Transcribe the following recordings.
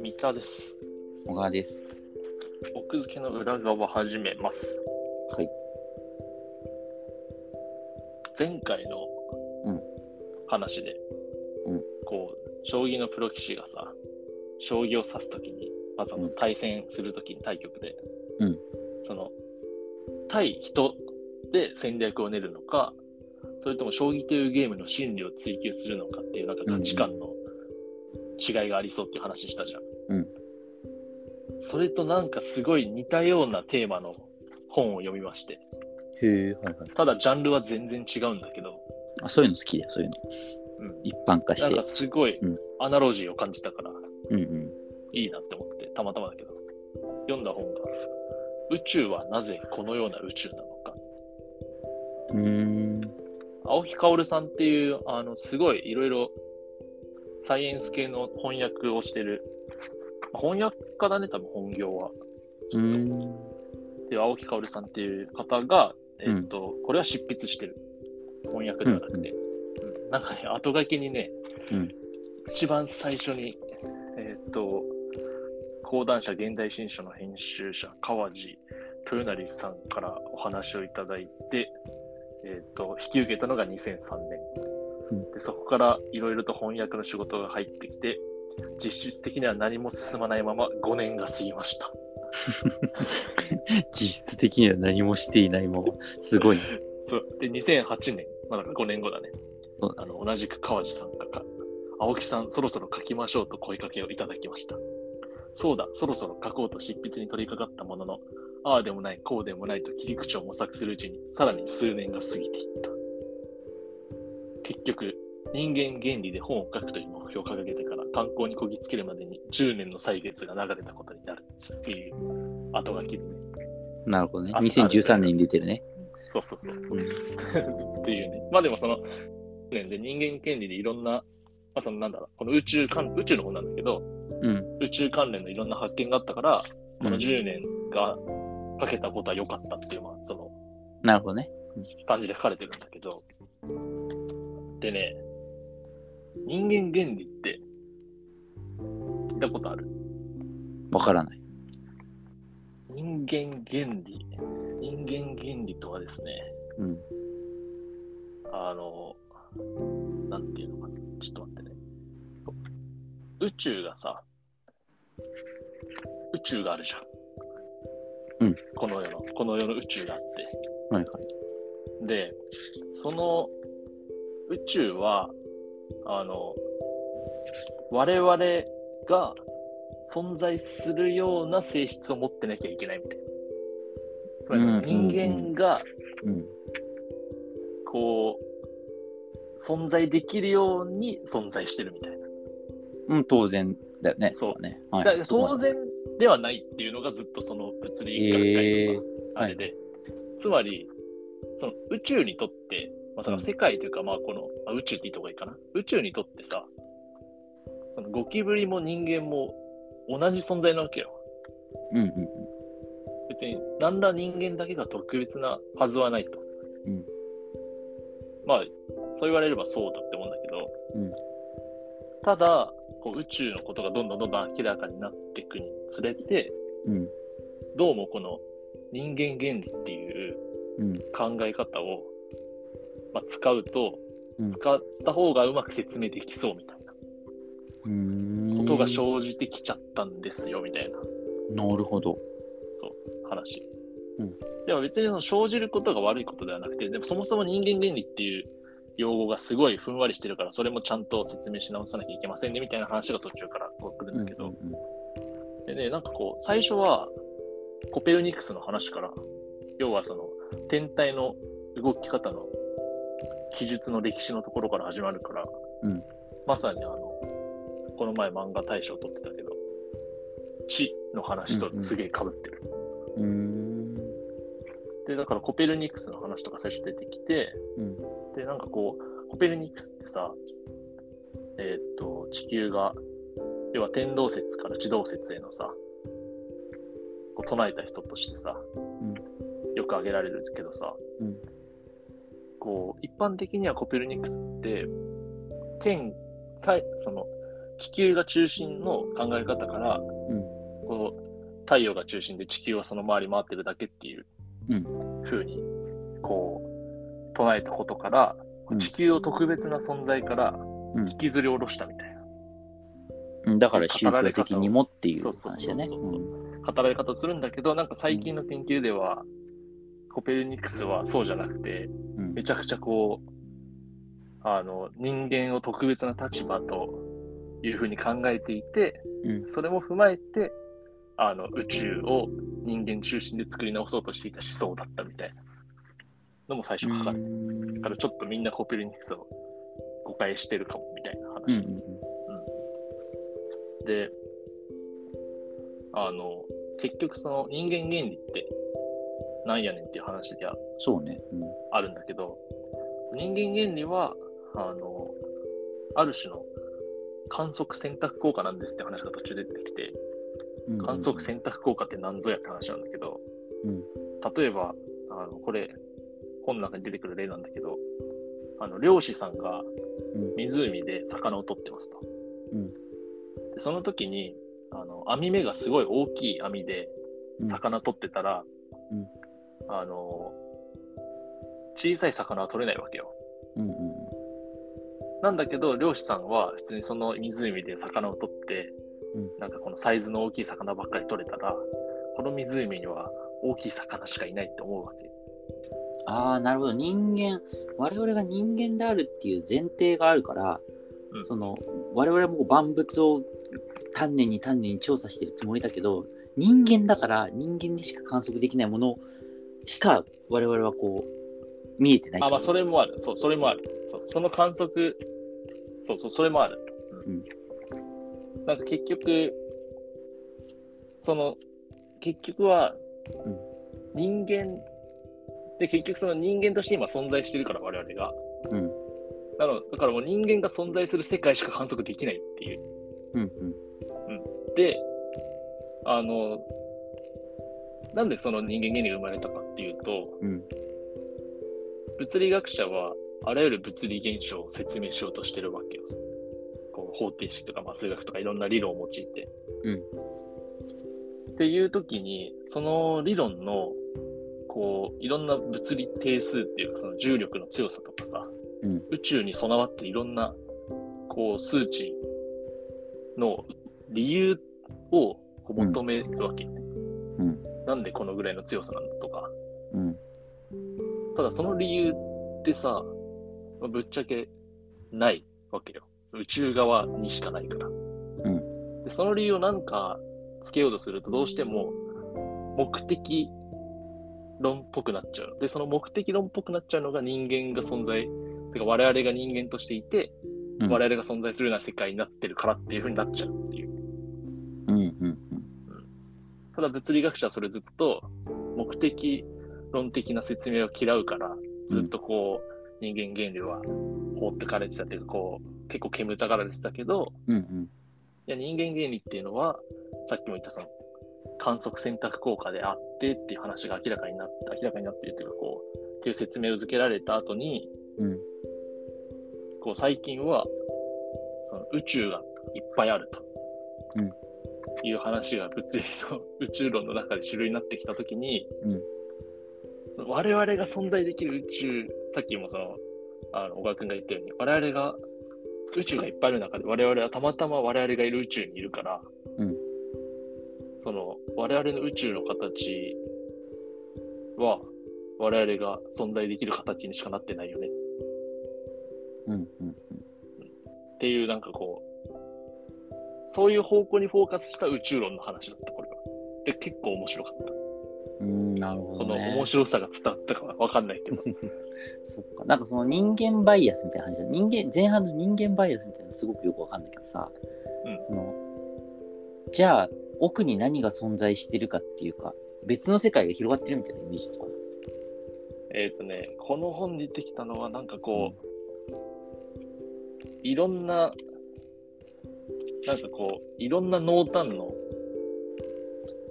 三田です。小川です。奥付けの裏側始めます。はい。前回のうん話で、うんこう、将棋のプロ棋士がさ、将棋を指すときに、まあ、そのうん対戦するときに対局で、うんその、対人で戦略を練るのか、それとも将棋というゲームの真理を追求するのかっていうなんか価値観の違いがありそうっていう話したじゃん。うんそれとなんかすごい似たようなテーマの本を読みまして、へえ、はいはい。ただジャンルは全然違うんだけど、あ、そういうの好きだよ、そういうの。うん一般化しなんてか。すごいうんアナロジーを感じたからうんうん。いいなって思って、たまたまだけど、読んだ本が、宇宙はなぜこのような宇宙なのか。うーん。青木薫さんっていう、あの、すごいいろいろサイエンス系の翻訳をしてる、翻訳家だね、多分本業は。うーん。っていう青木薫さんっていう方が、えうんっとこれは執筆してる翻訳ではなくて、うんなんかね後書きにね、うん一番最初にえっ、と講談社現代新書の編集者川地豊成さんからお話をいただいて、えっと引き受けたのが2003年、うんでそこからいろいろと翻訳の仕事が入ってきて実質的には何も進まないまま5年が過ぎました実質的には何もしていないまま。すごいね。そう。で、2008年、まあ、だから5年後だねうん。あの同じく川地さんがか、青木さん、そろそろ書きましょうと声かけをいただきました。そうだ、そろそろ書こうと執筆に取り掛かったものの、ああでもない、こうでもないと切り口を模索するうちに、さらに数年が過ぎていった。結局、人間原理で本を書くという目標を掲げてから、観光にこぎつけるまでに10年の歳月が流れたことになるっていう後書きでね。なるほどね。あそう2013年に出てるね。そうそうそう。うんっていうね。まあでもその、ねで人間権利でいろんな、まあそのなんだろう、この宇宙関、宇宙の方なんだけど、うん。宇宙関連のいろんな発見があったから、こうのん10年がかけたことは良かったっていう、まあそのなるほどね。感じで書かれてるんだけど、でね、人間原理って、聞いたことあるわからない。人間原理。人間原理とはですね、うん。あの、なんていうのかな。ちょっと待ってね。宇宙がさ、宇宙があるじゃん。うん。この世の、この世の宇宙があって。はいはい。で、その宇宙は、あの、我々が存在するような性質を持ってなきゃいけないみたいな。つまりうんうんうん人間がうん。こう、存在できるように存在してるみたいな。うん、当然だよね。そうだね。はだい。からそこま当で然ではないっていうのがずっとその物理学会のさ、あれで、つまり、その宇宙にとって、まあ、その世界というか、まあこの、あ宇宙って言った方がいいかな。宇宙にとってさ、そのゴキブリも人間も同じ存在なわけよ。うんうん別に何ら人間だけが特別なはずはないと。うんまあ、そう言われればそうだって思うんだけど、うんただ、こう宇宙のことがどんどんどんどん明らかになっていくにつれて、うん。うん。どうもこの人間原理っていううん。考え方を、まあ、使うと、うん使った方がうまく説明できそうみたいなうーん。ことが生じてきちゃったんですよ、みたいな。なるほど。話。うんでも別にその生じることが悪いことではなくて、でもそもそも人間原理っていう用語がすごいふんわりしてるから、それもちゃんと説明し直さなきゃいけませんねみたいな話が途中からこう来るんだけど、うんでね、なんかこう、最初はコペルニクスの話から、要はその天体の動き方の記述の歴史のところから始まるから、うんまさにあの、この前漫画大賞取ってたけど、地の話とすげえ被ってる。うんうん。うで、だからコペルニクスの話とか最初出てきて、ーん。うん。で、なんかこう、コペルニクスってさ、えーっと、地球が、要は天動説から地動説へのさ、こう唱えた人としてさ、うんよく挙げられるけどさ、うんこう一般的にはコペルニクスって天太その地球が中心の考え方から、んこう太陽が中心で地球はその周り回ってるだけっていうう風にこう唱えたことから、うん地球を特別な存在からん引きずり下ろしたみたいな。うん。だから宗教的にもっていうそうそう話そでうね。そう働き方をするんだけどなんか最近の研究では、コペルニクスはそうじゃなくてうんめちゃくちゃこうあの人間を特別な立場というふうに考えていてうんそれも踏まえてあの宇宙を人間中心で作り直そうとしていた思想だったみたいなのも最初書かれてるうんだからちょっとみんなコペルニクスを誤解してるかもみたいなうん話。で、あの、結局その人間原理ってなんやねんっていう話ではそうね。うんあるんだけど、人間原理は、あの、ある種の観測選択効果なんですって話が途中で出てきて、うんうん観測選択効果って何ぞやって話なんだけど、うん例えばあのこれ本の中に出てくる例なんだけどあの漁師さんがうん湖で魚を取ってますと、うんでその時にあの網目がすごい大きい網でうん魚取ってたら、うんあの小さい魚は取れないわけようんうんなんだけど漁師さんは普通にその湖で魚を取って、うなんかこのサイズの大きい魚ばっかり取れたらこの湖には大きい魚しかいないって思うわけ。ああ、なるほど。人間、我々が人間であるっていう前提があるから、うんその我々も万物を丹念に丹念に調査してるつもりだけど、人間だから人間にしか観測できないものしか我々はこう見えてないあまあとそれもあるそうそれもあるそうその観測そうそうそれもある、うん、なんか結局その結局はうん人間で結局その人間として今存在してるから我々がうんなのだからもう人間が存在する世界しか観測できないっていううんうんで、あの、なんでその人間原理が生まれたかっていうと、うん物理学者はあらゆる物理現象を説明しようとしてるわけよ。こう方程式とか、まあ、数学とかいろんな理論を用いて。うんっていう時に、その理論の、こう、いろんな物理定数っていうか、その重力の強さとかさ、うん宇宙に備わっていろんな、こう、数値の理由をこう求めるわけよね。うんなんでこのぐらいの強さなんだとか、うんただその理由ってさ、まあぶっちゃけないわけよ。宇宙側にしかないから。でその理由をなんかつけようとするとどうしても目的論っぽくなっちゃう。で、その目的論っぽくなっちゃうのが人間が存在、てか我々が人間としていて、うん我々が存在するような世界になってるからっていう風になっちゃうっていう。うんうんただ物理学者はそれずっと目的論的な説明を嫌うからずっとこう、人間原理は放ってかれてたっていうかこう結構煙たがられてたけどうんうんいや人間原理っていうのはさっきも言ったその観測選択効果であってっていう話が明らかになって明らかになってるっていうかこうっていう説明を受けられた後にうんこう最近はその宇宙がいっぱいあると、うんいう話が物理の 宇宙論の中で主流になってきた時に、うんその我々が存在できる宇宙さっきもそのあの小川君が言ったように我々が宇宙がいっぱいある中で我々はたまたま我々がいる宇宙にいるから、うんその我々の宇宙の形は我々が存在できる形にしかなってないよねうんうんっていうなんかこうそういう方向にフォーカスした宇宙論の話だったこれは。で結構面白かった。うんなるほこどのね面白さが伝わったかわかんないけ ど。そっかなんかその人間バイアスみたいな話だ人間前半の人間バイアスみたいなのすごくよくわかんないけどさ、うんそのじゃあ奥に何が存在してるかっていうか別の世界が広がってるみたいなイメージなのかなえっ、とねこの本に出てきたのはなんかこう、いろんななんかこういろんな濃淡の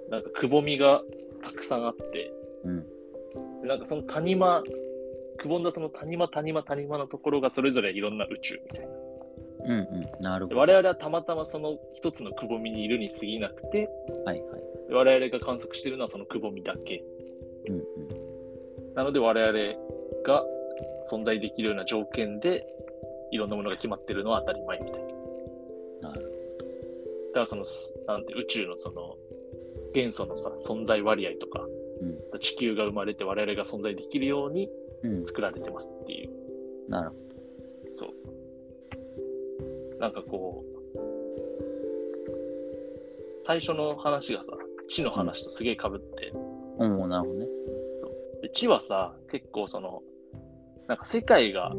なんかくぼみがたくさんあってうんなんかその谷間くぼんだその谷間谷間谷間のところがそれぞれいろんな宇宙みたいな。うんうん。なるでほど。我々はたまたまその一つのくぼみにいるに過ぎなくて、はいはい。で我々が観測しているのはそのくぼみだけ。うんうん。なので我々が存在できるような条件でいろんなものが決まってるのは当たり前みたいな。なだるからそのすなんて宇宙のその元素のさ存在割合とか、う地球が生まれて我々が存在できるようにほど。うん。作られてますっていうなるほど。なんかこう最初の話がさ地の話とすげえかぶって、うん、なるほどね。で地はさ結構そのなんか世界が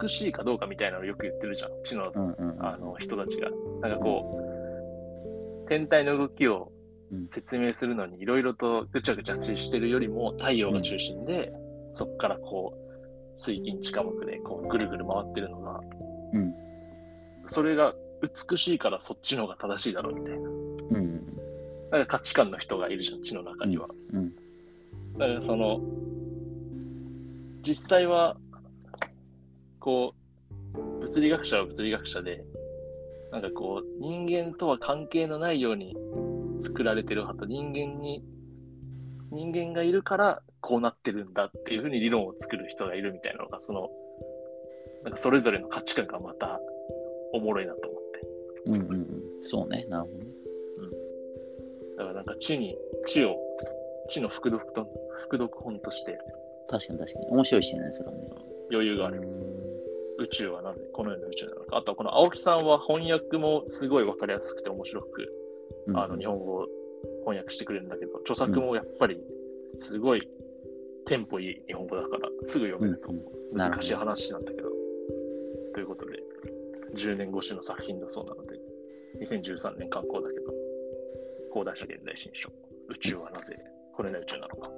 美しいかどうかみたいなのをよく言ってるじゃん地のうんうんうん。あの人たちが。なんかこう、天体の動きをうん説明するのにいろいろとぐちゃぐちゃしてるよりも太陽が中心で、そこからこう、水銀地下木でこうぐるぐる回ってるのが、うんそれが美しいからそっちの方が正しいだろうみたいな。うんうんなんか価値観の人がいるじゃん、地の中には。うんうんだからその、実際は、こう、物理学者は物理学者で、なんかこう、人間とは関係のないように作られてる派と、人間に、人間がいるからこうなってるんだっていうふうに理論を作る人がいるみたいなのが、その、なんかそれぞれの価値観がまたおもろいなと思って。うんうんうん。そうね。なるほどね。だからなんか地に、地を、地の副読と、副読本として確かに確かに。面白い視点だね、それはね。余裕がある。宇宙はなぜ、このような宇宙なのか。あとはこの青木さんは翻訳もすごいわかりやすくて面白く、うんあの、日本語を翻訳してくれるんだけど、著作もやっぱりすごいテンポいい日本語だから、すぐ読めると思う。うんなるほど難しい話なんだけど。ということで、10年越しの作品だそうなので、2013年刊行だけど、高台社現代新書、宇宙はなぜ、このような宇宙なのか。